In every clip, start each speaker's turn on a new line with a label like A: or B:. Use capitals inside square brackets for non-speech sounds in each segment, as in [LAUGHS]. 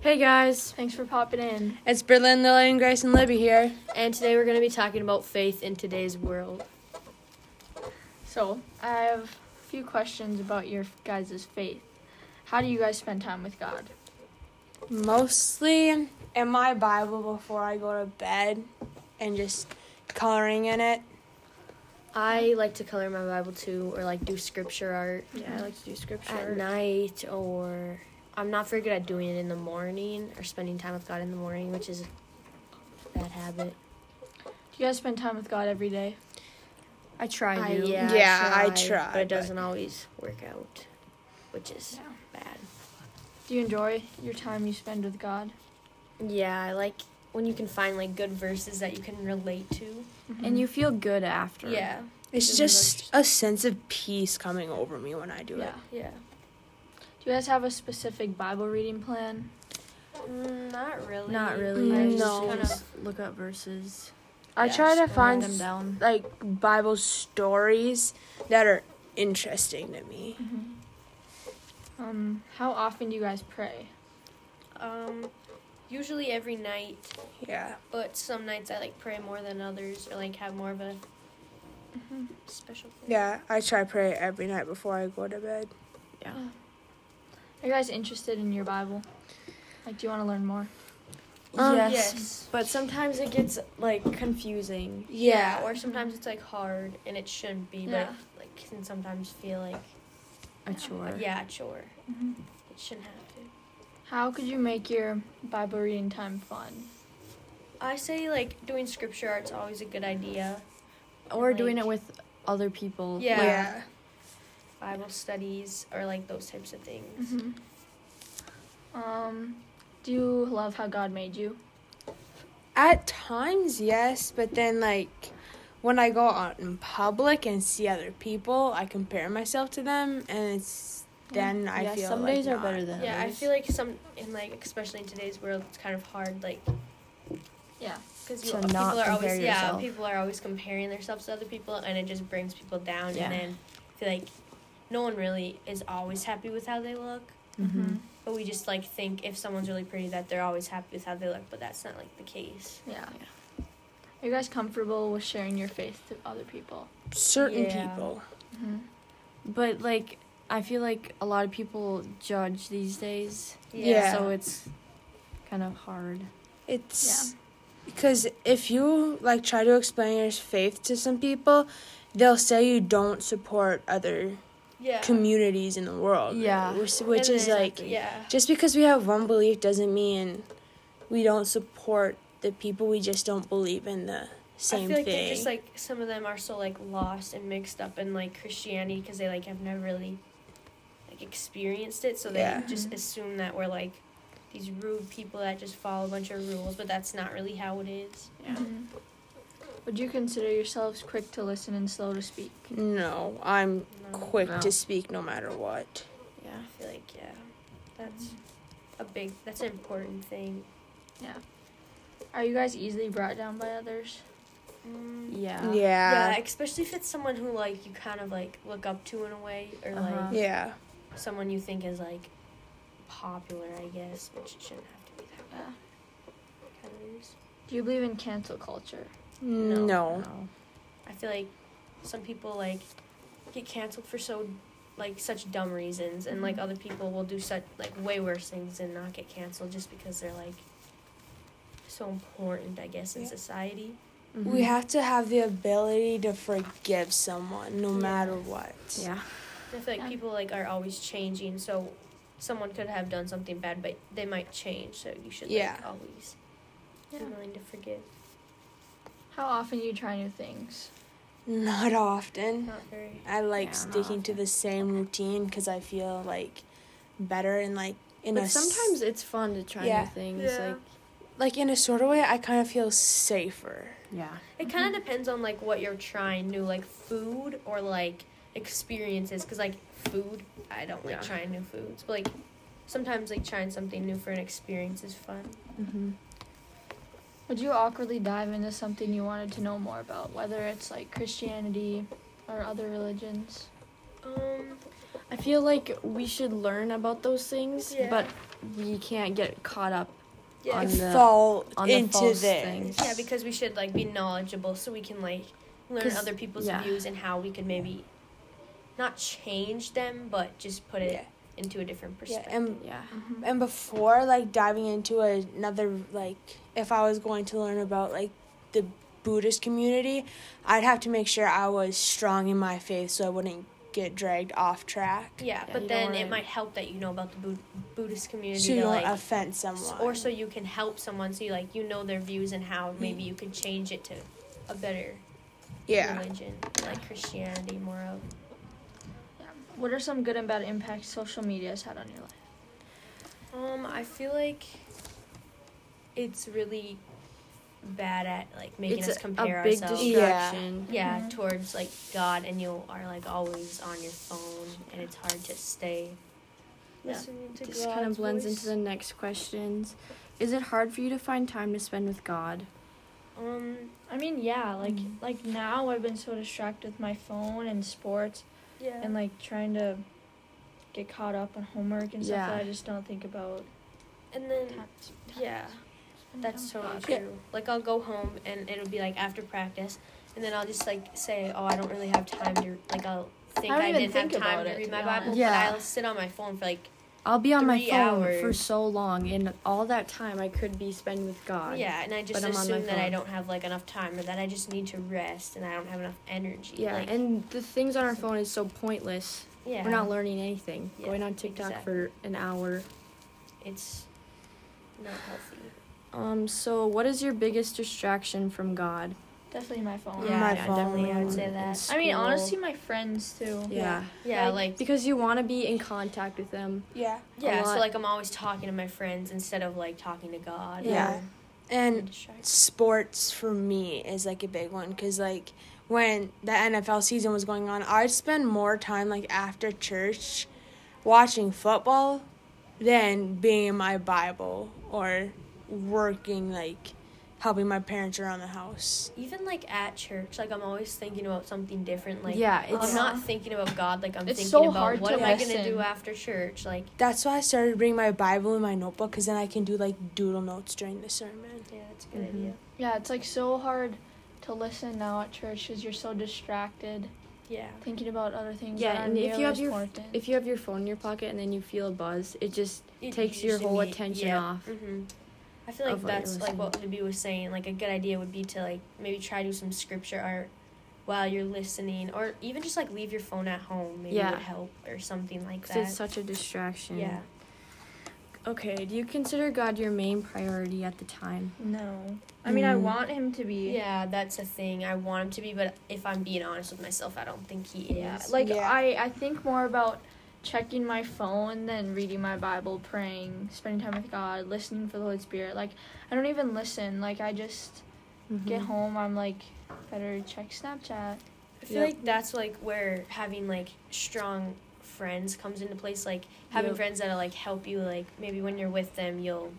A: Hey guys,
B: Thanks for popping in.
A: it's Berlin, Lillian, Grace, and Libby here.
B: And today we're going to be talking about faith in today's world. So, I have a few questions about your guys' faith. How do you guys spend time with God?
A: Mostly in my Bible before I go to bed and just coloring in it.
C: I like to color my Bible too, or like do scripture art
B: Yeah, I like
A: to do
C: at night, or I'm not very good at doing it in the morning or spending time with God in the morning, which is a bad habit.
B: Do you guys spend time with God every day?
A: I try
C: I,
A: to.
C: yeah,
A: Yeah, I
C: I, try,
A: try,
C: but
A: but-
C: it doesn't always work out, which is bad.
B: Do you enjoy your time you spend with God?
C: Yeah, I like when you can find like good verses that you can relate to.
B: Mm-hmm.
A: And you feel good after.
C: Yeah,
A: It's just a sense of peace coming over me when I do
B: Yeah.
A: it.
C: yeah.
B: Do you guys have a specific Bible reading plan?
C: Mm, not really.
D: Not really.
A: Mm,
C: I just
A: no.
C: kind of
D: Just look up verses.
A: I
C: Yeah,
A: try to
D: just write
A: find
D: them down.
A: like Bible stories that are interesting to me.
B: Mm-hmm. Um, how often do you guys pray?
C: um, usually every night
A: Yeah.
C: But some nights I like pray more than others, or like have more of a
B: Mm-hmm.
C: special. prayer.
A: Yeah, I try to pray every night before I go to bed.
B: Are you guys interested in your Bible? Like, do you want to learn more?
D: Um,
A: yes.
C: Yes.
D: But sometimes it gets like confusing.
A: Yeah.
C: Or sometimes it's like hard, and it shouldn't be,
B: Yeah.
C: but like can sometimes feel like
D: A chore.
C: yeah, a chore.
B: Mm-hmm.
C: It shouldn't have to.
B: How could you make your Bible reading time fun?
C: I say like doing scripture art's always a good idea.
D: Or doing
C: Like-
D: it with other people.
C: Yeah.
A: yeah.
C: Bible studies or like those types of things.
B: hmm Um, do you love how God made you?
A: At times, yes, but then like when I go out in public and see other people, I compare myself to them, and it's then I
D: Yeah,
A: feel
D: some
A: like
D: days are
A: not.
D: better than
C: Yeah, I
D: others.
C: feel like some in like especially in today's world, it's kind of hard like
B: Yeah.
C: Because
D: To
C: people
D: not
C: are
D: compare
C: always
D: yourself.
C: yeah, people are always comparing themselves to other people, and it just brings people down.
D: Yeah.
C: And then I feel like no one really is always happy with how they look.
D: Mm-hmm.
C: But we just like think if someone's really pretty that they're always happy with how they look, but that's not like the case.
B: Yeah. Are you guys comfortable with sharing your faith to other people?
A: Certain
C: Yeah.
A: people.
B: Mm-hmm.
D: But like, I feel like a lot of people judge these days.
A: Yeah.
D: So it's kind of hard.
A: It's because if you like try to explain your faith to some people, they'll say you don't support other
C: Yeah.
A: communities in the world.
D: Yeah.
A: which, which
C: And
A: is
C: then-
A: like
C: yeah.
A: just because we have one belief doesn't mean we don't support the people we just don't believe in the same
C: I feel like
A: thing
C: they're just like some of them are so like lost and mixed up in like Christianity because they like have never really like experienced it, so they
A: Yeah. Mm-hmm.
C: just assume that we're like these rude people that just follow a bunch of rules, but that's not really how it is.
B: Mm-hmm. Would you consider yourselves quick to listen and slow to speak?
A: no i'm
C: No.
A: quick
D: No.
A: to speak no matter what
C: I feel like um, yeah, that's a big that's an important thing.
B: Are you guys easily brought down by others?
C: Mm.
D: Yeah.
A: yeah
C: Yeah,
A: yeah,
C: especially if it's someone who like you kind of like look up to in a way, or
D: Uh-huh.
C: like someone you think is like popular, I guess, which it shouldn't have to be that
B: Yeah.
C: kind of. Is.
B: Do you believe in cancel culture?
A: No.
D: No.
C: I feel like some people like get canceled for so like such dumb reasons, and like other people will do such like way worse things and not get canceled just because they're like so important, I guess, in
A: Yeah.
C: society.
D: Mm-hmm.
A: we have to have the ability to forgive someone no matter what
D: Yeah.
C: I feel like
B: Yeah.
C: people like are always changing, so someone could have done something bad, but they might change, so you should
A: Yeah.
C: like always
B: Yeah.
C: be willing to forgive.
B: How often do you try new things?
A: not often
C: Not very.
A: i like
D: Yeah, not
A: sticking to
D: often.
A: the same routine because i feel like better and like in a
D: But
A: s-
D: sometimes it's fun to try
A: Yeah.
D: new things.
C: Yeah.
D: Like.
A: like in a sort of way i kind of feel safer
D: Yeah.
C: It kind of depends on like what you're trying new, like food or like experiences. Cause like food, I don't like
D: Yeah.
C: trying new foods, but like sometimes like trying something new for an experience is fun.
D: Mm-hmm.
B: Would you awkwardly dive into something you wanted to know more about, whether it's like Christianity or other religions?
C: Um,
D: I feel like we should learn about those things,
C: Yeah.
D: but we can't get caught up
C: yeah.
D: On
A: Like,
D: the-
A: fall
D: on the
A: into
D: false
A: this.
D: things.
C: yeah, because we should like be knowledgeable so we can like learn
D: 'Cause-
C: other people's
D: yeah.
C: views and how we can maybe not change them, but just put it
A: yeah,
C: into a different
A: yeah,
C: perspective.
A: and
D: Yeah.
B: Mm-hmm.
A: and before like diving into another like if I was going to learn about like the Buddhist community, I'd have to make sure I was strong in my faith so I wouldn't get dragged off track.
C: yeah,
D: Yeah,
C: but
D: you don't
C: then it
D: wanna-
C: might help that you know about the Bud- Buddhist community.
A: So you
C: to,
A: don't
C: like,
A: offend
C: s-
A: someone.
C: or so you can help someone so you like you know their views and how maybe you can change it to a better
A: yeah.
C: religion like christianity more of
B: What are some good and bad impacts social media has had on your life?
C: um i feel like it's really bad at like making
D: it's
C: us
D: a,
C: compare
D: a big
C: ourselves
D: distraction.
C: yeah
B: Mhm.
C: towards like god and you are like always on your phone and it's hard to stay
B: Yeah.
C: listening to
D: This kind of blends into the next questions. Is it hard for you to find time to spend with God?
C: um
B: I mean, yeah, like like now I've been so distracted with my phone and sports
C: yeah
B: and like trying to get caught up on homework and stuff
D: Yeah.
B: that I just don't think about.
C: and then
B: Times.
C: yeah That's
B: so
C: totally true.
A: Yeah.
C: Like I'll go home and it'll be like after practice, and then I'll just like say, "Oh, I don't really have time to like I'll think
B: I
C: I,
B: don't even
C: didn't
B: think
C: have time
B: about
C: to
B: it,
C: read
B: to
C: my
B: be
C: Bible,
D: honest. Yeah.
C: but I'll sit on my phone for like
D: I'll be on my
C: Three
D: phone for
C: hours.
D: so long, and all that time I could be spending with God.
C: yeah, and I just
D: But I'm on my
C: assume that I
D: phone.
C: don't have like enough time or that I just need to rest and I don't have enough energy.
D: Yeah,
C: like,
D: and the things on our phone is so pointless.
C: yeah,
D: We're not learning anything.
C: Yeah,
D: Going on TikTok
C: exactly.
D: for an hour.
C: it's not healthy.
D: Um. So, what is your biggest distraction from God?
B: Definitely my phone.
A: Yeah. My phone.
C: definitely, I would say
D: In
C: that.
D: school.
B: I mean, honestly, my friends too.
D: Yeah.
C: Yeah, like
D: Because you want to be in contact with them.
A: Yeah.
C: yeah, so
D: lot.
C: like I'm always talking to my friends instead of like talking to God.
A: Yeah.
C: Or
A: And
C: distracted.
A: sports for me is like a big one because like when the NFL season was going on, I'd spend more time like after church watching football than being in my Bible or working like helping my parents around the house.
C: Even like at church, like I'm always thinking about something different. Like
D: yeah. It's
C: I'm not thinking about God. Like I'm
B: It's
C: thinking
B: so
C: about
B: hard
C: what
B: to
C: am I gonna
B: listen.
C: do after church. Like
A: That's why I started bringing my Bible in my notebook because then I can do like doodle notes during the sermon.
C: yeah, that's a good
D: Mhm.
C: idea.
B: Yeah, it's like so hard to listen now at church because you're so distracted
C: Yeah,
B: thinking about other things.
D: Yeah,
B: that
D: and
B: aren't
D: if you
B: nearly
D: have
B: as
D: your-
B: important.
D: If you have your phone in your pocket and then you feel a buzz, it just
C: It
D: takes your
C: usually
D: whole
C: mean-
D: attention
C: yeah.
D: off.
C: hmm I feel like
D: Of what you're
C: that's like what Libby was saying. Like a good idea would be to like maybe try to do some scripture art while you're listening, or even just like leave your phone at home. Maybe
D: Yeah.
C: would help or something like
D: Because
C: that.
D: it's such a distraction.
C: yeah,
D: Okay. Do you consider God your main priority at the time?
B: no, I mean, I
A: Mm.
B: want him to be.
C: yeah, that's a thing. I want him to be, but if I'm being honest with myself, I don't think he is.
B: Yeah, like
A: Yeah.
B: I, I think more about checking my phone than reading my Bible, praying, spending time with God, listening for the Holy Spirit. Like I don't even listen. Like I just get home. I'm like better check Snapchat.
C: I feel
D: Yep.
C: like that's like where having like strong friends comes into place. Like having
D: Yep.
C: friends that'll like help you. Like maybe when you're with them, you'll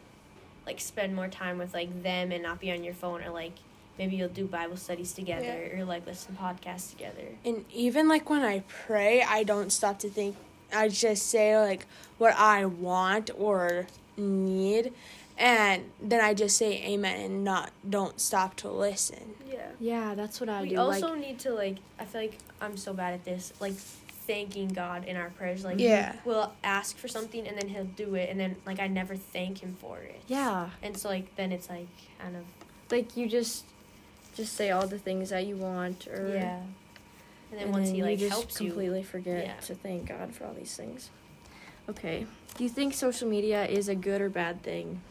C: like spend more time with like them and not be on your phone, or like maybe you'll do Bible studies together, or like listen to podcasts together.
A: And even like when I pray, I don't stop to think. I just say like what I want or need, and then I just say amen and not don't stop to listen.
C: Yeah.
D: Yeah, that's what I
C: we
D: do.
C: also
D: like,
C: need to like. I feel like I'm so bad at this. Like thanking God in our prayers. Like
A: Yeah.
C: we'll ask for something and then He'll do it, and then like I never thank Him for it.
D: yeah,
C: And so like then it's like kind of.
D: like you just just say all the things that you want, or
C: Yeah. And then once he like
D: you just
C: helps you.
D: completely forget
C: Yeah.
D: to thank God for all these things. Okay, do you think social media is a good or bad thing?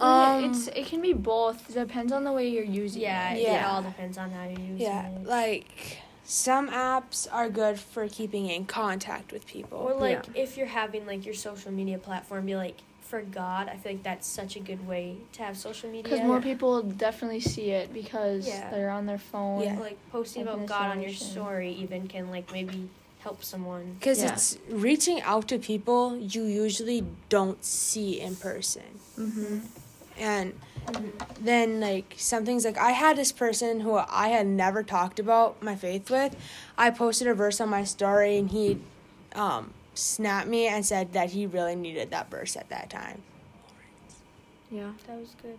C: oh,
B: Yeah,
A: Um,
B: it's it can be both. Depends on the way you're using
C: Yeah,
B: it.
C: it- it
A: Yeah.
C: all depends on how you use
A: Yeah,
C: it.
A: like some apps are good for keeping in contact with
C: Or
A: people.
C: like if you're having like your social media platform be like for God, I feel like that's such a good way to have social
B: Because
C: media.
B: more people definitely see it because
C: Yeah.
B: they're on their phone.
A: Yeah.
C: like posting
B: Like
C: about
B: an
C: God on your
B: installation.
C: story even can like maybe help someone.
A: Because
D: Yeah.
A: it's reaching out to people you usually don't see in person.
D: Mm-hmm.
A: And then like some things like I had this person who I had never talked about my faith with. I posted a verse on my story and he um snapped me and said that he really needed that verse at that time.
D: Yeah.
C: That was good.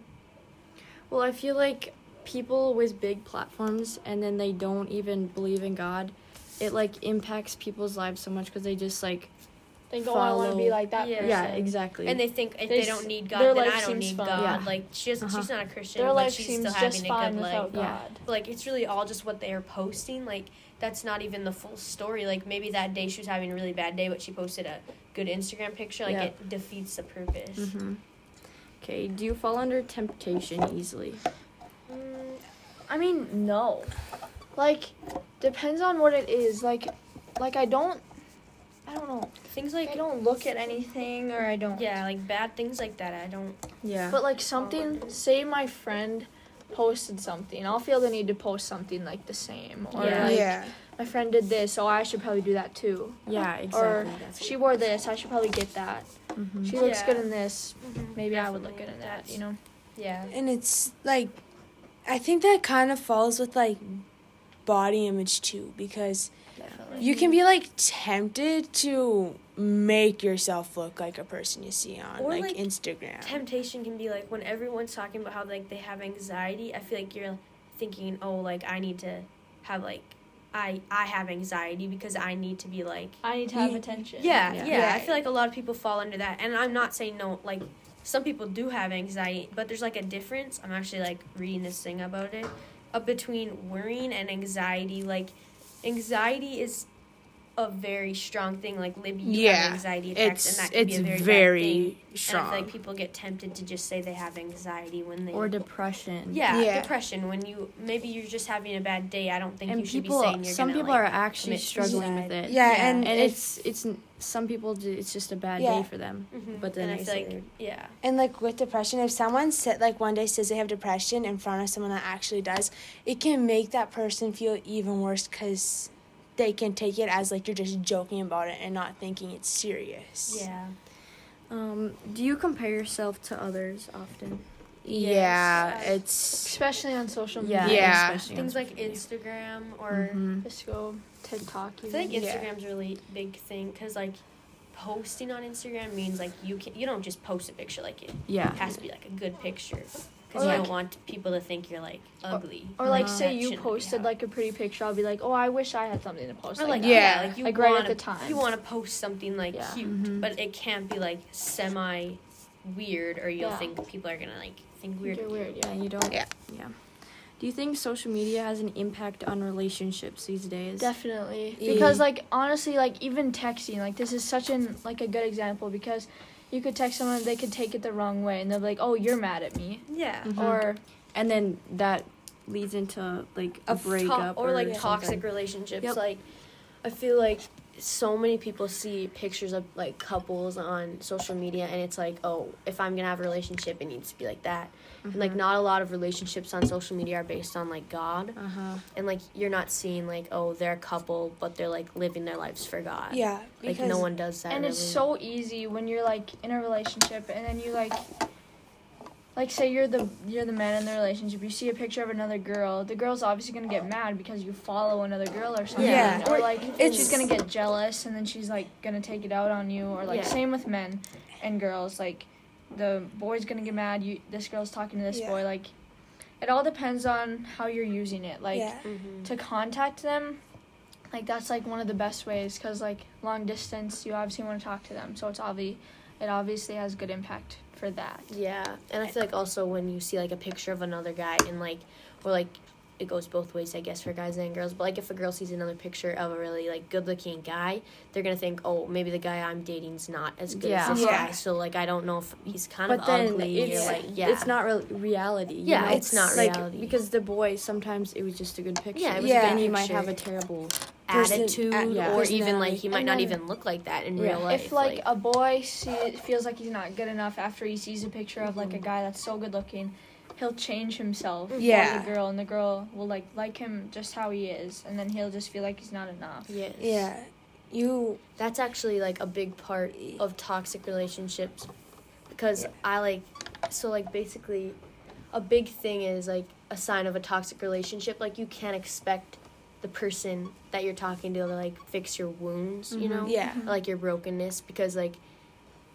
D: Well, I feel like people with big platforms and then they don't even believe in God, it like impacts people's lives so much because they just like
B: Think, oh, I want to be
D: Follow-
B: like that
C: Yeah.
B: person.
D: yeah exactly
C: And they think if
B: They
C: they,
B: s-
C: don't need God,
B: their
C: then
B: life
C: I don't
B: seems
C: need
B: fine.
C: God.
D: Yeah.
C: Like she doesn't,
D: Uh-huh.
C: she's not a Christian,
B: Their
C: but
B: life
C: she's
B: seems
C: still
B: just
C: having a
B: fine
C: good life.
B: without
D: Yeah.
B: God.
C: Like it's really all just what they are posting. Like that's not even the full story. Like maybe that day she was having a really bad day, but she posted a good Instagram picture. Like
D: Yeah.
C: it defeats the purpose.
D: hmm Okay, do you fall under temptation easily?
B: Mm, I mean, no. Like, depends on what it is. Like, like I don't, I don't know.
C: Things
B: Like,
C: like
B: I don't look at anything, or I don't.
C: yeah, like bad things like that. I don't.
D: Yeah.
B: But like something, say my friend posted something, I'll feel the need to post something like the same, or
C: Yeah.
B: like
A: yeah.
B: my friend did this, so I should probably do that too.
D: yeah,
B: Or
D: exactly. that's
B: she wore this, I should probably get that.
D: Mhm.
B: She looks
C: Yeah.
B: good in this,
C: Mhm.
B: maybe I would look good
C: Definitely,
B: in that.
C: that's-
B: You know.
C: Yeah.
A: And it's like I think that kind of falls with like body image too because
B: Definitely.
A: you can be like tempted to make yourself look like a person you see on
C: Or,
A: like,
C: like,
A: Instagram.
C: Temptation can be like when everyone's talking about how like they have anxiety. I feel like you're thinking, oh, like I need to have like I I have anxiety because I need to be like
B: I need to
A: have
B: have
A: Yeah.
B: attention.
C: yeah,
D: Yeah.
C: yeah, I
A: Right.
C: feel like a lot of people fall under that, and I'm not saying no. Like some people do have anxiety, but there's like a difference. I'm actually like reading this thing about it, uh, between worrying and anxiety. Like anxiety is a very strong thing. Like Libby, you
A: Yeah,
C: have anxiety attacks,
A: It's
C: and that can
A: it's
C: be a
A: very,
C: very, bad thing.
A: strong.
C: And I feel like people get tempted to just say they have anxiety when they
D: or depression.
C: yeah,
A: Yeah.
C: depression when you maybe you're just having a bad day. I don't think
D: And
C: you should
D: people,
C: be saying you're
D: some
C: gonna,
D: people
C: like,
D: are actually
C: commit
D: struggling
C: suicide.
D: with it.
A: yeah,
C: yeah.
A: and
D: And
A: it's
D: it's it's n- some people do, it's just a bad
A: Yeah.
D: day for them.
C: mhm,
D: but then
C: and
D: they
C: I feel
D: say
C: like yeah.
A: And like with depression, if someone said like one day says they have depression in front of someone that actually does, it can make that person feel even worse because they can take it as like you're just joking about it and not thinking it's serious.
C: Yeah.
D: Um, do you compare yourself to others often?
A: Yeah,
C: Yes.
A: it's
B: Especially on social
D: Yeah.
B: media.
A: Yeah.
D: especially on
C: Things like
D: social media.
C: Instagram or
B: Mm-hmm.
D: Mhm.
B: Just go TikTok.
C: I feel like
B: even.
A: Yeah.
C: Instagram's a really big thing because like posting on Instagram means like you can you don't just post a picture like it
D: Yeah.
C: has to be like a good picture because you
B: Or, like-
C: don't want people to think you're like ugly
B: Or like,
D: No.
B: say
C: That
B: you
C: shouldn't be
B: posted
C: how-
B: like a pretty picture, I'll be like, oh, I wish I had something to post.
C: or like
B: that.
A: Yeah.
C: like you
B: Like, right
C: want
B: at the time.
C: you want to post something like
B: Yeah. Mm-hmm.
C: cute
D: Mhm.
C: but it can't be like semi weird or you'll
B: Yeah.
C: think people are gonna like think
B: You're
C: weird of you.
B: weird,
D: Yeah,
B: yeah.
D: you don't.
A: Yeah.
D: Yeah. Do you think social media has an impact on relationships these days?
B: Definitely.
C: E.
A: Yeah.
B: Because like honestly, like even texting, like this is such an like a good example because you could text someone, they could take it the wrong way, and they'll be like, oh, you're mad at me,
C: yeah
D: Mhm.
B: or
D: and then that leads into like a,
A: A to-
C: to-
D: breakup
C: or, like
D: something.
C: toxic relationships.
D: Yep.
C: Like, I feel like so many people see pictures of like couples on social media, and it's like, oh, if I'm gonna have a relationship, it needs to be like that.
D: Mm-hmm.
C: And like, not a lot of relationships on social media are based on like God,
D: Uh huh.
C: and like you're not seeing like, oh, they're a couple, but they're like living their lives for God.
A: yeah
C: like
A: because
C: no one does that.
B: and it's
C: really.
B: so easy when you're like in a relationship, and then you like. Like say you're the you're the man in the relationship. You see a picture of another girl. The girl's obviously gonna get mad because you follow another girl or something.
A: Yeah.
B: Or like
A: It's-
B: she's gonna get jealous and then she's like gonna take it out on you or like
C: Yeah.
B: same with men and girls like the boy's gonna get mad you this girl's talking to this
A: Yeah.
B: boy like it all depends on how you're using it like
A: yeah
C: Mhm.
B: to contact them like that's like one of the best ways because like long distance you obviously want to talk to them so it's obvi it obviously has good impact for that
C: Yeah, and I feel like also when you see like a picture of another guy and like, or like, it goes both ways, I guess, for guys and girls. But like, if a girl sees another picture of a really like good-looking guy, they're gonna think, oh, maybe the guy I'm dating's not as good
D: Yeah.
C: as this
A: Yeah.
C: guy. So like, I don't know if he's kind
D: But
C: of
D: then
C: ugly. or,
D: it's
C: like, yeah,
D: it's not real reality. you
C: Yeah,
D: know?
C: it's not
D: like,
C: reality.
D: because the boy sometimes it was just a good picture.
C: Yeah, it
A: was a Yeah. good
D: and he might
C: picture.
D: have a terrible.
A: person-
C: attitude,
A: a-
D: yeah.
C: or even like he
A: personality.
C: might
B: And
C: not
B: then-
C: even look like that in
D: Yeah.
C: real life.
B: if like, a boy see, feels like he's not good enough after he sees a picture of like a guy that's so good looking he'll change himself
A: Yeah.
B: for the girl and the girl will like like him just how he is and then he'll just feel like he's not enough
C: yes,
A: yeah you
C: that's actually like a big part of toxic relationships because i like so like basically a big thing is like a sign of a toxic relationship. Like you can't expect the person that you're talking to to like fix your wounds, you
D: Mhm.
C: know?
A: Mm-hmm. Yeah.
B: Mhm.
C: like your brokenness because like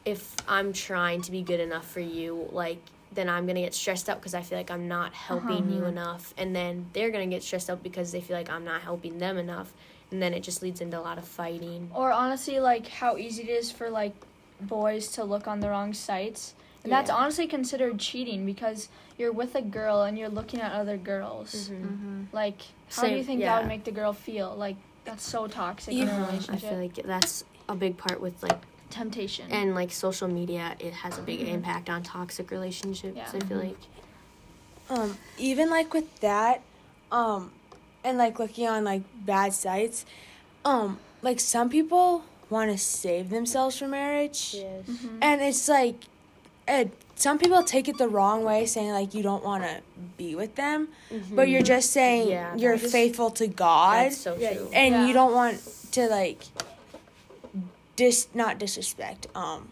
C: if i'm trying to be good enough for you like then i'm gonna get stressed out because i feel like i'm not helping you
D: Mhm.
C: enough and then they're gonna get stressed out because they feel like i'm not helping them enough and then it just leads into a lot of fighting
B: Or honestly, like how easy it is for like boys to look on the wrong sites. And that's
C: Yeah.
B: honestly considered cheating because you're with a girl and you're looking at other girls.
D: Mm-hmm.
B: Like, how do you
C: Same-
B: think that
C: yeah.
B: would make the girl feel? Like, that's so toxic in a
C: Uh-huh. i
B: relationship.
C: feel like that's a big part with like
B: Temptation.
C: and like social media it has a big
B: Mhm.
C: impact on toxic relationships
B: Yeah.
C: i feel
D: Mhm.
C: like
A: Um, even like with that, um, and like looking on like bad sites, um, like some people want to save themselves from marriage,
C: yes
B: Mhm.
A: and it's like, it, some people take it the wrong way, saying like you don't want to be with them,
D: Mm-hmm.
A: but you're just saying
C: Mm-hmm. Yeah,
A: you're
C: that's-
A: faithful to God,
C: that's so
B: Yeah,
C: true
A: and
B: Yeah.
A: you don't want to like, dis not disrespect. Um,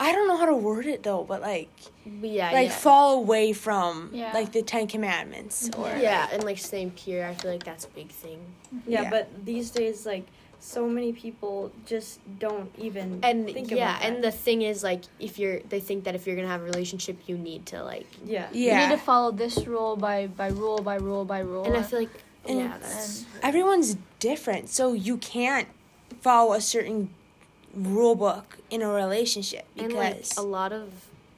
A: I don't know how to word it though, but like
C: But yeah
A: like
C: yeah.
A: fall away from
B: Yeah.
A: like the Ten Commandments or
C: Mm-hmm. yeah and like staying pure i feel like that's a big thing
D: Yeah,
A: Yeah.
D: but these days, like, so many people just don't even
C: and
D: think
C: yeah
D: about
C: and
D: that.
C: the thing is like if you're they think that if you're gonna have a relationship you need to like
D: yeah.
A: yeah.
B: You need to follow this rule by, by rule by rule by rule.
C: and i feel like
A: And
C: yeah
A: it's-
C: that's
A: Everyone's different, so you can't follow a certain rule book in a relationship
C: and like
A: because
C: a lot of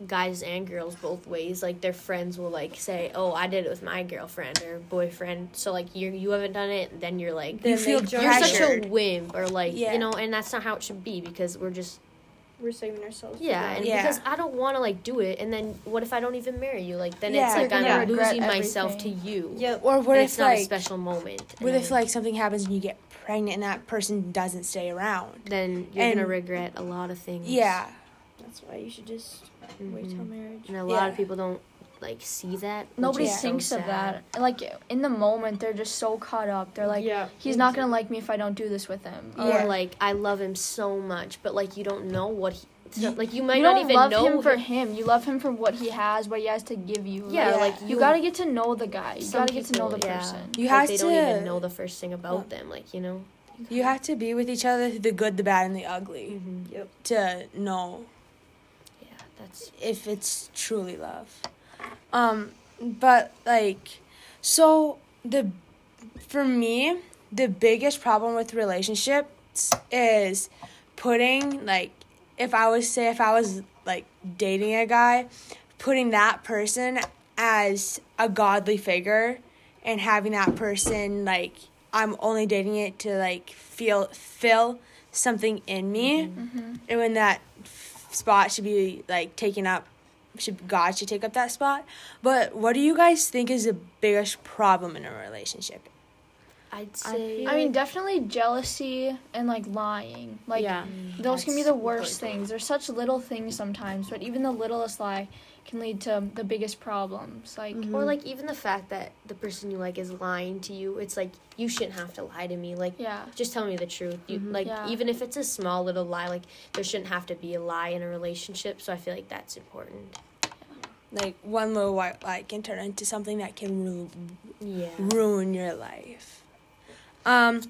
C: guys and girls both ways like their friends will like say oh i did it with my girlfriend or boyfriend so like you you haven't done it and then you're like
A: you
D: Then
A: feel
D: they judge-
C: you're such a
A: pressured.
C: wimp or like
A: Yeah.
C: you know and that's not how it should be because we're just
D: We're saving ourselves. for
C: yeah
D: that.
C: and
A: Yeah.
C: because i don't want to like do it and then what if i don't even marry you like then
A: Yeah.
C: it's like
B: You're
C: i'm
B: gonna regret
C: losing myself to
B: everything.
C: you
D: Yep.
A: or what
C: and
A: if
C: it's not a
A: like
C: special moment and
A: what
C: then-
A: if like something happens and you get pregnant and that person doesn't stay around?
C: then you're
A: And-
C: gonna regret a lot of things.
A: Yeah,
D: That's why you should just wait till
C: Mhm.
D: marriage.
C: And a lot
A: Yeah.
C: of people don't like see that. which
B: Nobody
A: Yeah.
C: is so
B: thinks of
C: sad.
B: that. Like, in the moment, they're just so caught up. They're like,
D: yeah.
B: he's not going to like me if I don't do this with him.
A: Yeah.
C: Or like I love him so much, but like you don't know what he.
A: You-
C: like you might
B: you
C: not
B: don't
C: even
B: love
C: know
B: him for him. You love him for what he has, what he has to give you.
C: Yeah,
A: Yeah.
C: like
B: you,
C: you
B: gotta get to know the guy. You
C: Some
B: gotta get to know
C: people,
B: the
C: yeah.
B: person.
A: you
C: like,
A: have
C: they
A: to
C: don't even know the first thing about them. Like you know.
A: you have to be with each other through the good, the bad, and the ugly
C: Mm-hmm.
D: Yep.
A: to know
C: Yeah, that's
A: if it's truly love. Um, but like, so the for me the biggest problem with relationships is putting like if I was say if I was like dating a guy, putting that person as a godly figure and having that person like I'm only dating it to like feel fill something in me
B: Mm-hmm.
A: and when that f- spot should be like taken up should god should take up that spot but what do you guys think is the biggest problem in a relationship
C: I'd say.
B: I mean, definitely jealousy and like lying. Like
D: yeah.
B: those can be the
C: That's
B: worst
C: really-
B: things. They're such little things sometimes, but even the littlest lie can lead to the biggest problems. Like
C: Or like even the fact that the person you like is lying to you. It's like you shouldn't have to lie to me. Like
B: yeah,
C: just tell me the truth. You,
D: Mhm.
C: Like
B: Yeah.
C: even if it's a small little lie, like there shouldn't have to be a lie in a relationship. So I feel like that's important.
A: like one little white light can turn into something that can ru-
C: Yeah.
A: ruin your life um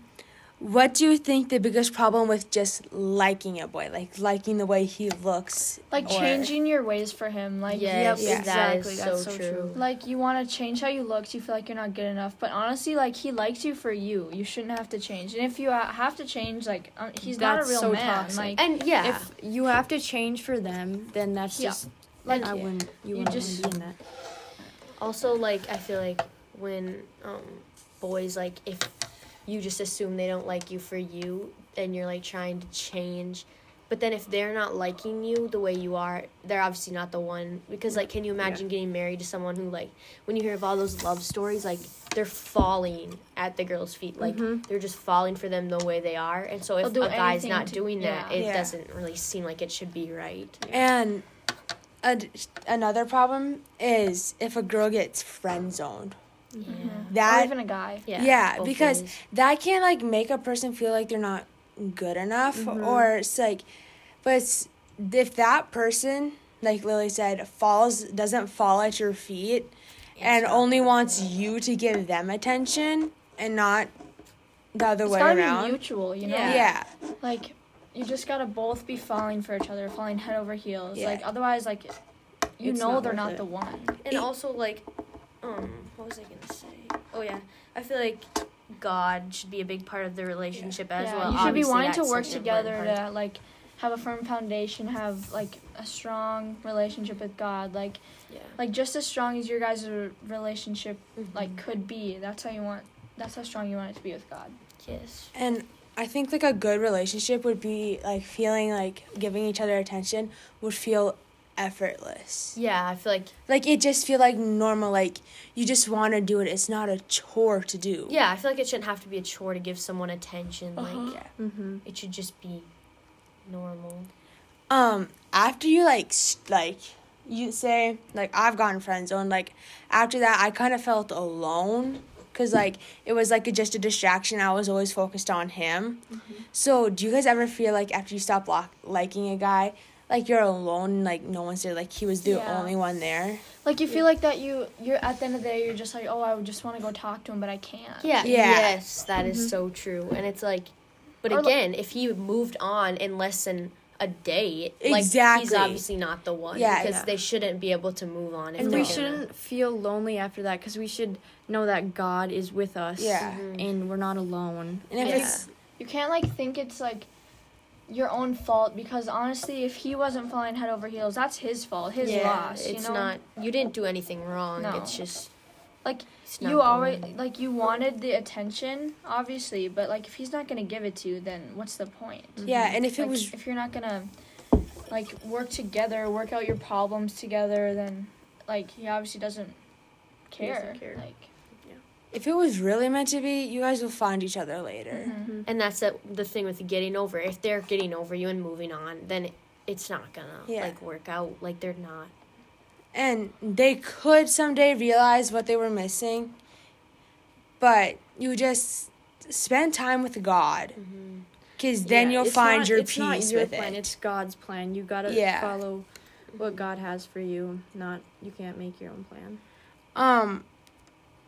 A: what do you think the biggest problem with just liking a boy like liking the way he looks
B: like
A: or-
B: changing your ways for him. Like
C: Yes,
A: Yep,
C: that is so true.
B: Like you want to change how you look, you feel like you're not good enough. But honestly, like he likes you for you. You shouldn't have to change. And if you uh, have to change, like um, he's not a real man. Like
C: and yeah,
D: If you have to change for them, then that's
B: Yeah.
D: just
B: Like,
D: I wouldn't.
B: you
D: You, wouldn't
B: just-
D: just be in that.
C: also like I feel like when um boys like if you just assume they don't like you for you and you're like trying to change but then if they're not liking you the way you are they're obviously not the one because like can you imagine getting married to someone who like when you hear of all those love stories like they're falling at the girl's feet like
D: Mhm.
C: they're just falling for them the way they are and so if
B: Mm-hmm. They'll
C: a
B: do
C: guy's
B: anything
C: not
B: to-
C: doing that
B: yeah.
C: it
A: Yeah.
C: doesn't really seem like it should be right
A: and a, another problem is if a girl gets friend zoned
C: yeah
B: or
A: that
B: even a guy.
C: yeah,
A: Yeah,
C: both
A: because
C: ways.
A: that can like make a person feel like they're not good enough or it's like but it's, if that person like Lily said, falls doesn't fall at your feet and only wants you to give them attention and not the other
B: it's
A: way
B: gotta
A: around.
B: be mutual, you know.
A: yeah.
B: Like, you just gotta both be falling for each other, falling head over heels.
A: Yeah.
B: Like otherwise, like, you
D: It's
B: know
D: not
B: they're
D: worth
B: not
D: it.
B: the one.
C: And also, like, um, what was I gonna say? Oh yeah, I feel like God should be a big part of the relationship as
B: yeah,
C: well.
B: you should be
C: Obviously,
B: wanting to
C: that's
B: work
C: such an important
B: together
C: part.
B: to like have a firm foundation, have like a strong relationship with God, like
C: Yeah.
B: like just as strong as your guys' r- relationship
C: Mhm.
B: like could be. That's how you want. That's how strong you want it to be with God.
C: Yes.
A: And I think like a good relationship would be like feeling like giving each other attention would feel effortless.
C: Yeah, I feel like
A: Like it just feel like normal like you just want to do it. It's not a chore to do.
C: yeah, I feel like it shouldn't have to be a chore to give someone attention. Like
A: Yeah.
D: Mm-hmm.
C: it should just be normal.
A: Um after you like s- like you say like I've gotten friend zoned like after that I kind of felt alone cuz like it was like just a distraction. I was always focused on him. So, do you guys ever feel like after you stop lock- liking a guy like you're alone, and, like no one's there, like he was the
B: Yeah.
A: only one there.
B: Like you feel like that you you're at the end of the day you're just like oh I would just want to go talk to him but I can't.
C: Yeah.
A: Yeah.
C: Yes, that is so true. And it's like, but
B: Or, like-
C: again, if he moved on in less than a day, like he's
A: Exactly.
C: obviously not the one.
A: Yeah,
C: because
D: yeah.
C: they shouldn't be able to move on. If
D: And
C: they're
D: we
C: gonna-
D: shouldn't feel lonely after that because we should know that God is with us.
A: Yeah.
C: Mhm.
D: And we're not alone.
A: And if
C: Yeah.
A: it's
B: You can't like think it's like your own fault because honestly if he wasn't falling head over heels that's his fault his
C: Yeah,
B: loss.
C: It's
B: you know?
C: not. You didn't do anything wrong.
B: No.
C: It's just
B: Like,
C: it's not
B: you
C: the
B: always
C: one.
B: like you wanted the attention obviously but like if he's not gonna give it to you then what's the point
A: yeah, and if it
B: Like,
A: was
B: if you're not gonna like work together work out your problems together then like he obviously doesn't
D: He
B: care,
D: doesn't care.
B: like
A: if it was really meant to be, you guys will find each other
B: Mm-hmm.
A: later.
D: Mhm.
C: And that's the, the thing with getting over. If they're getting over you and moving on, then it, it's not gonna
A: Yeah.
C: like work out. Like they're not.
A: And they could someday realize what they were missing. But you just spend time with God cuz then
D: Yeah,
A: you'll
D: it's
A: find
D: not-
A: your
D: it's not
A: peace
D: your
A: with
D: plan,
A: it.
D: It's God's plan. You gotta
A: Yeah.
D: follow what God has for you. Not you can't make your own plan.
A: Um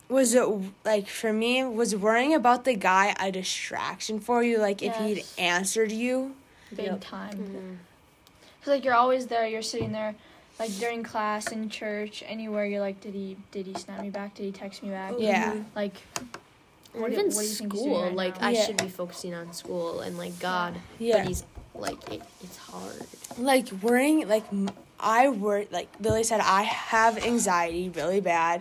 A: was it like for me was worrying about the guy a distraction for you like if he'd
B: Yes.
A: answered you?
B: big
D: Yep.
B: time
C: Mm-hmm.
A: Mm-hmm.
B: Cause like you're always there, you're sitting there, like during class, in church, anywhere. You're like, did he, did he snap me back? Did he text me back?
D: Mm-hmm.
A: Yeah.
B: Like,
C: Or
B: what do-
C: even
B: what do you think he's doing
C: school.
B: right
C: like
B: now?
C: I
A: Yeah.
C: should be focusing on school and like God. But
A: Yeah.
C: he's like it, it's hard.
A: like worrying like m- i worry like lily said i have anxiety really bad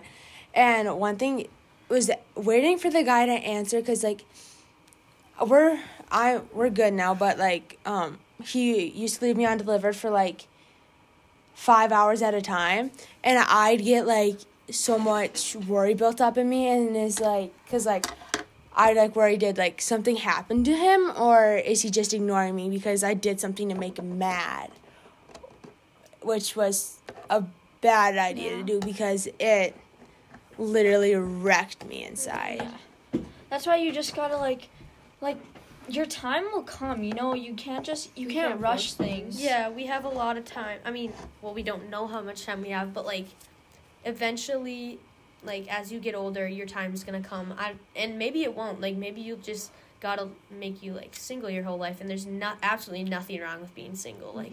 A: and one thing was waiting for the guy to answer because like we're i we're good now but like um he used to leave me undelivered for like five hours at a time and i'd get like so much worry built up in me and it's like because like I like worry did like something happened to him or is he just ignoring me because I did something to make him mad? Which was a bad idea to do because it literally wrecked me inside.
B: That's why you just gotta like, like, your time will come. You know, you can't just, you can't, rush things.
C: Yeah, we have a lot of time. I mean, well, we don't know how much time we have, but like, eventually, like as you get older, your time's gonna come. I and maybe it won't. Like maybe you'll just gotta make you like single your whole life, and there's not absolutely nothing wrong with being single. Like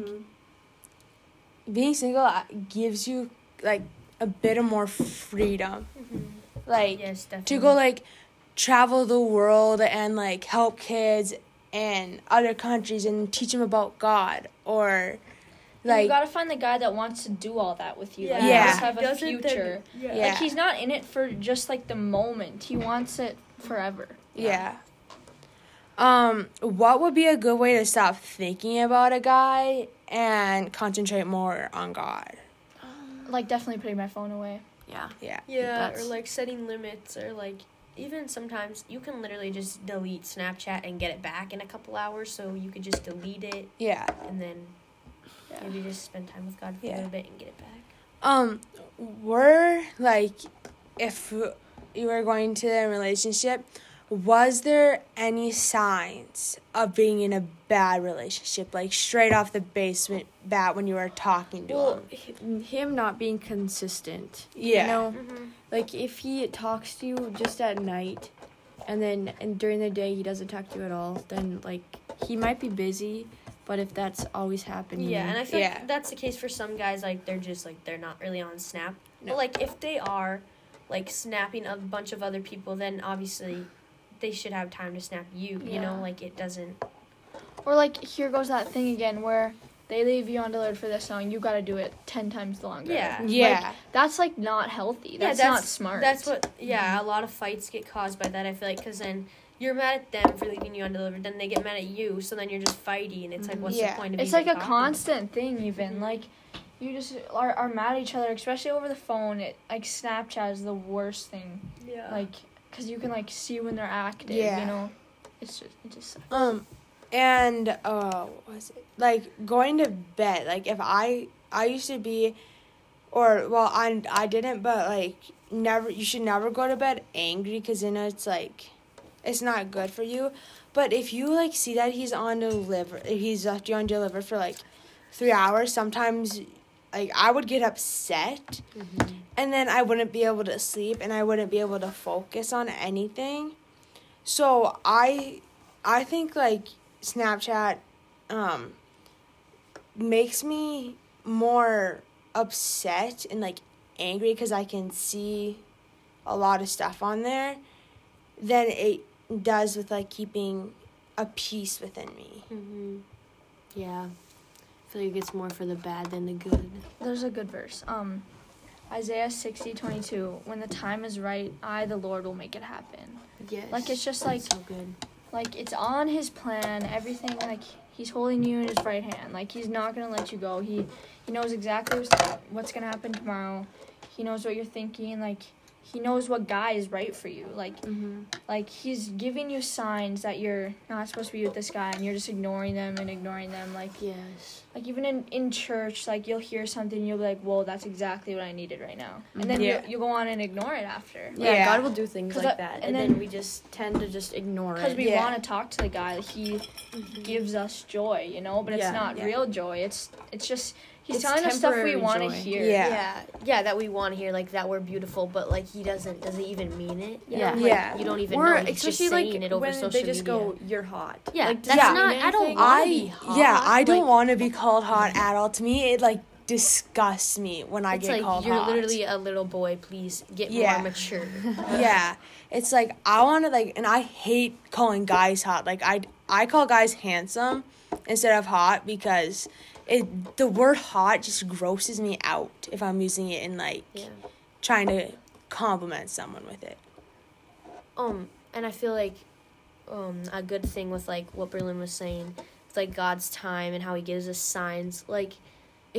A: Being single uh, gives you like a bit of more freedom.
B: Mm-hmm.
A: Like
C: yes, definitely.
A: to go like travel the world and like help kids in other countries and teach them about God or
B: And
A: like
B: you gotta uh, find the guy that wants to do all that with you. Like,
A: Yeah.
B: you just have
C: He
B: a
C: does it, then-
B: future.
C: yeah.
A: Yeah.
B: Like he's not in it for just like the moment. He wants it forever.
A: Yeah. Um, what would be a good way to stop thinking about a guy and concentrate more on God?
B: Like definitely putting my phone away.
D: Yeah.
A: Yeah.
C: Yeah, or
D: That's-
C: like setting limits, or like even sometimes you can literally just delete Snapchat and get it back in a couple hours. So you could just delete it
A: Yeah.
C: and then
B: Yeah.
C: maybe just spend time with God for a
A: Yeah.
C: little bit and get it back.
A: Um, we're like, if you were going to a relationship, was there any signs of being in a bad relationship, like straight off the basement bat when you were talking to
D: Well,
A: him?
D: h- him not being consistent.
A: Yeah.
D: You know,
E: Mm-hmm.
D: like if he talks to you just at night, and then and during the day he doesn't talk to you at all, then like he might be busy. But if that's always happening,
C: Mm-hmm.
E: Yeah, and I feel
A: Yeah.
E: like that's the case for some guys. Like they're just like they're not really on Snap.
A: No.
E: But like if they are, like snapping a bunch of other people, then obviously they should have time to snap you. You
B: Yeah.
E: know, like it doesn't.
B: Or like here goes that thing again where they leave you on alert for this song. You got to do it ten times longer.
E: Yeah.
A: yeah.
B: That's like not healthy.
E: Yeah,
B: That's,
E: that's-
B: not smart.
E: That's what.
C: Mm-hmm.
E: Yeah, a lot of fights get caused by that. I feel like because then you're mad at them for leaving you undelivered. Then they get mad at you. So then you're just fighting, and it's like, what's
A: Yeah.
E: the point of?
B: It's
E: even
B: like a
E: talking?
B: constant thing. Even
E: Mhm.
B: like you just are, are mad at each other, especially over the phone. It like Snapchat is the worst thing.
E: Yeah.
B: Like because you can like see when they're active.
A: Yeah.
B: You know. It's just it just sucks.
A: Um, and uh, what was it like going to bed? Like if I I used to be, or well, I I didn't, but like never. You should never go to bed angry because you know it's like, it's not good for you. But if you like see that he's on deliver, he's left you on deliver for like three hours. Sometimes, like I would get upset, and then I wouldn't be able to sleep, and I wouldn't be able to focus on anything. So I I think like Snapchat um makes me more upset and like angry cuz I can see a lot of stuff on there than it does with like keeping a peace within me.
C: hmm
E: Mm-hmm.
C: Yeah. I feel like it's more for the bad than the good.
B: There's a good verse. Um, Isaiah sixty twenty two. When the time is right, I, the Lord, will make it happen.
C: Yes.
B: Like, it's just
C: That's
B: like-
C: so good.
B: Like, it's on his plan. Everything, like, he's holding you in his right hand. Like, he's not going to let you go. He, he knows exactly what's, what's going to happen tomorrow. He knows what you're thinking. Like, he knows what guy is right for you. Like,
C: Mm-hmm.
B: like he's giving you signs that you're not supposed to be with this guy, and you're just ignoring them and ignoring them. Like,
C: Yes.
B: like even in, in church like you'll hear something you'll be like whoa that's exactly what i needed right now and then
A: Yeah.
B: you, you go on and ignore it after
D: yeah,
A: Yeah.
D: God will do things
B: 'Cause
D: like
B: I-
D: that,
B: and
D: and, then,
B: then-
D: we just tend to just ignore
B: because
D: it.
B: we
A: Yeah.
B: want to talk to the guy that he gives us joy you know but it's
D: Yeah.
B: not
A: Yeah.
B: real joy it's it's just he's
D: It's
B: telling us stuff we
D: temporary
B: want to
D: joy.
B: hear
A: Yeah.
C: yeah. that we want to hear, like that we're beautiful, but like he doesn't, does he even mean it? You
D: Yeah.
C: know, like,
A: Yeah.
C: You don't even
D: or
C: know. He's just
D: especially
C: saying
D: like
C: it over
D: when
C: social
D: they just
C: media.
D: go, "You're hot."
C: Yeah,
D: like, does
C: that's
D: that
A: Yeah.
D: mean
C: not. I don't
D: anything?
A: I
C: want to be hot.
A: yeah, I don't
C: Like,
A: want to be called hot at all. To me, it like disgusts me when I
C: It's
A: get
C: like
A: called
C: you're
A: hot.
C: literally a little boy. Please get
A: Yeah.
C: more mature. [LAUGHS]
A: yeah it's like i want to like and i hate calling guys hot like i i call guys handsome instead of hot because it the word hot just grosses me out if i'm using it in like
C: yeah.
A: trying to compliment someone with it
C: Um, and I feel like um a good thing with like what Berlin was saying, it's like God's time and how He gives us signs. Like,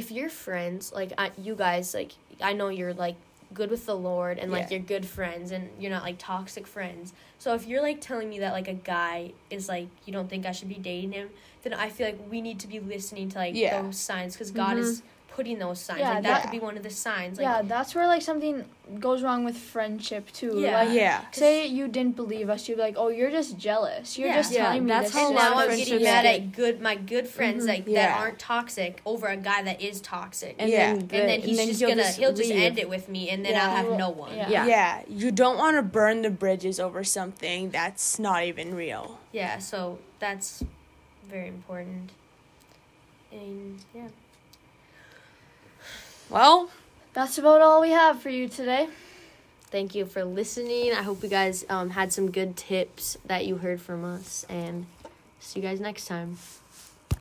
C: if you're friends, like I, you guys, like I know you're like good with the Lord and like
A: Yeah.
C: you're good friends and you're not like toxic friends. So if you're like telling me that like a guy is like you don't think I should be dating him, then I feel like we need to be listening to like
A: Yeah.
C: those signs because God is putting those signs.
B: Mm-hmm. Yeah,
C: like that,
B: that-
C: could be one of the signs. Like,
B: yeah that's where like something goes wrong with friendship too
C: Yeah.
B: like
A: yeah
B: say you didn't believe us you'd be like oh you're just jealous you're
C: Yeah.
B: just
D: Yeah,
B: telling me
D: that's
B: this
D: how
B: is
C: and
D: lot
C: now
D: of
C: I'm
D: friendships
C: getting mad
D: get-
C: at good my good friends like
A: Yeah.
C: that aren't toxic over a guy that is toxic.
D: And
C: And,
A: Yeah.
D: then,
A: And
D: the-
C: then he's
D: then
C: just
D: he'll
C: gonna
D: just
C: he'll just
D: leave.
C: end it with me, and then
B: Yeah.
C: I'll have
B: Well,
C: no one.
B: yeah.
C: Yeah,
A: yeah,
D: Yeah.
A: you don't want to burn the bridges over something that's not even real
C: so that's very important. And yeah,
A: well
B: that's about all we have for you today
C: thank you for listening. I hope you guys um, had some good tips that you heard from us, and see you guys next time.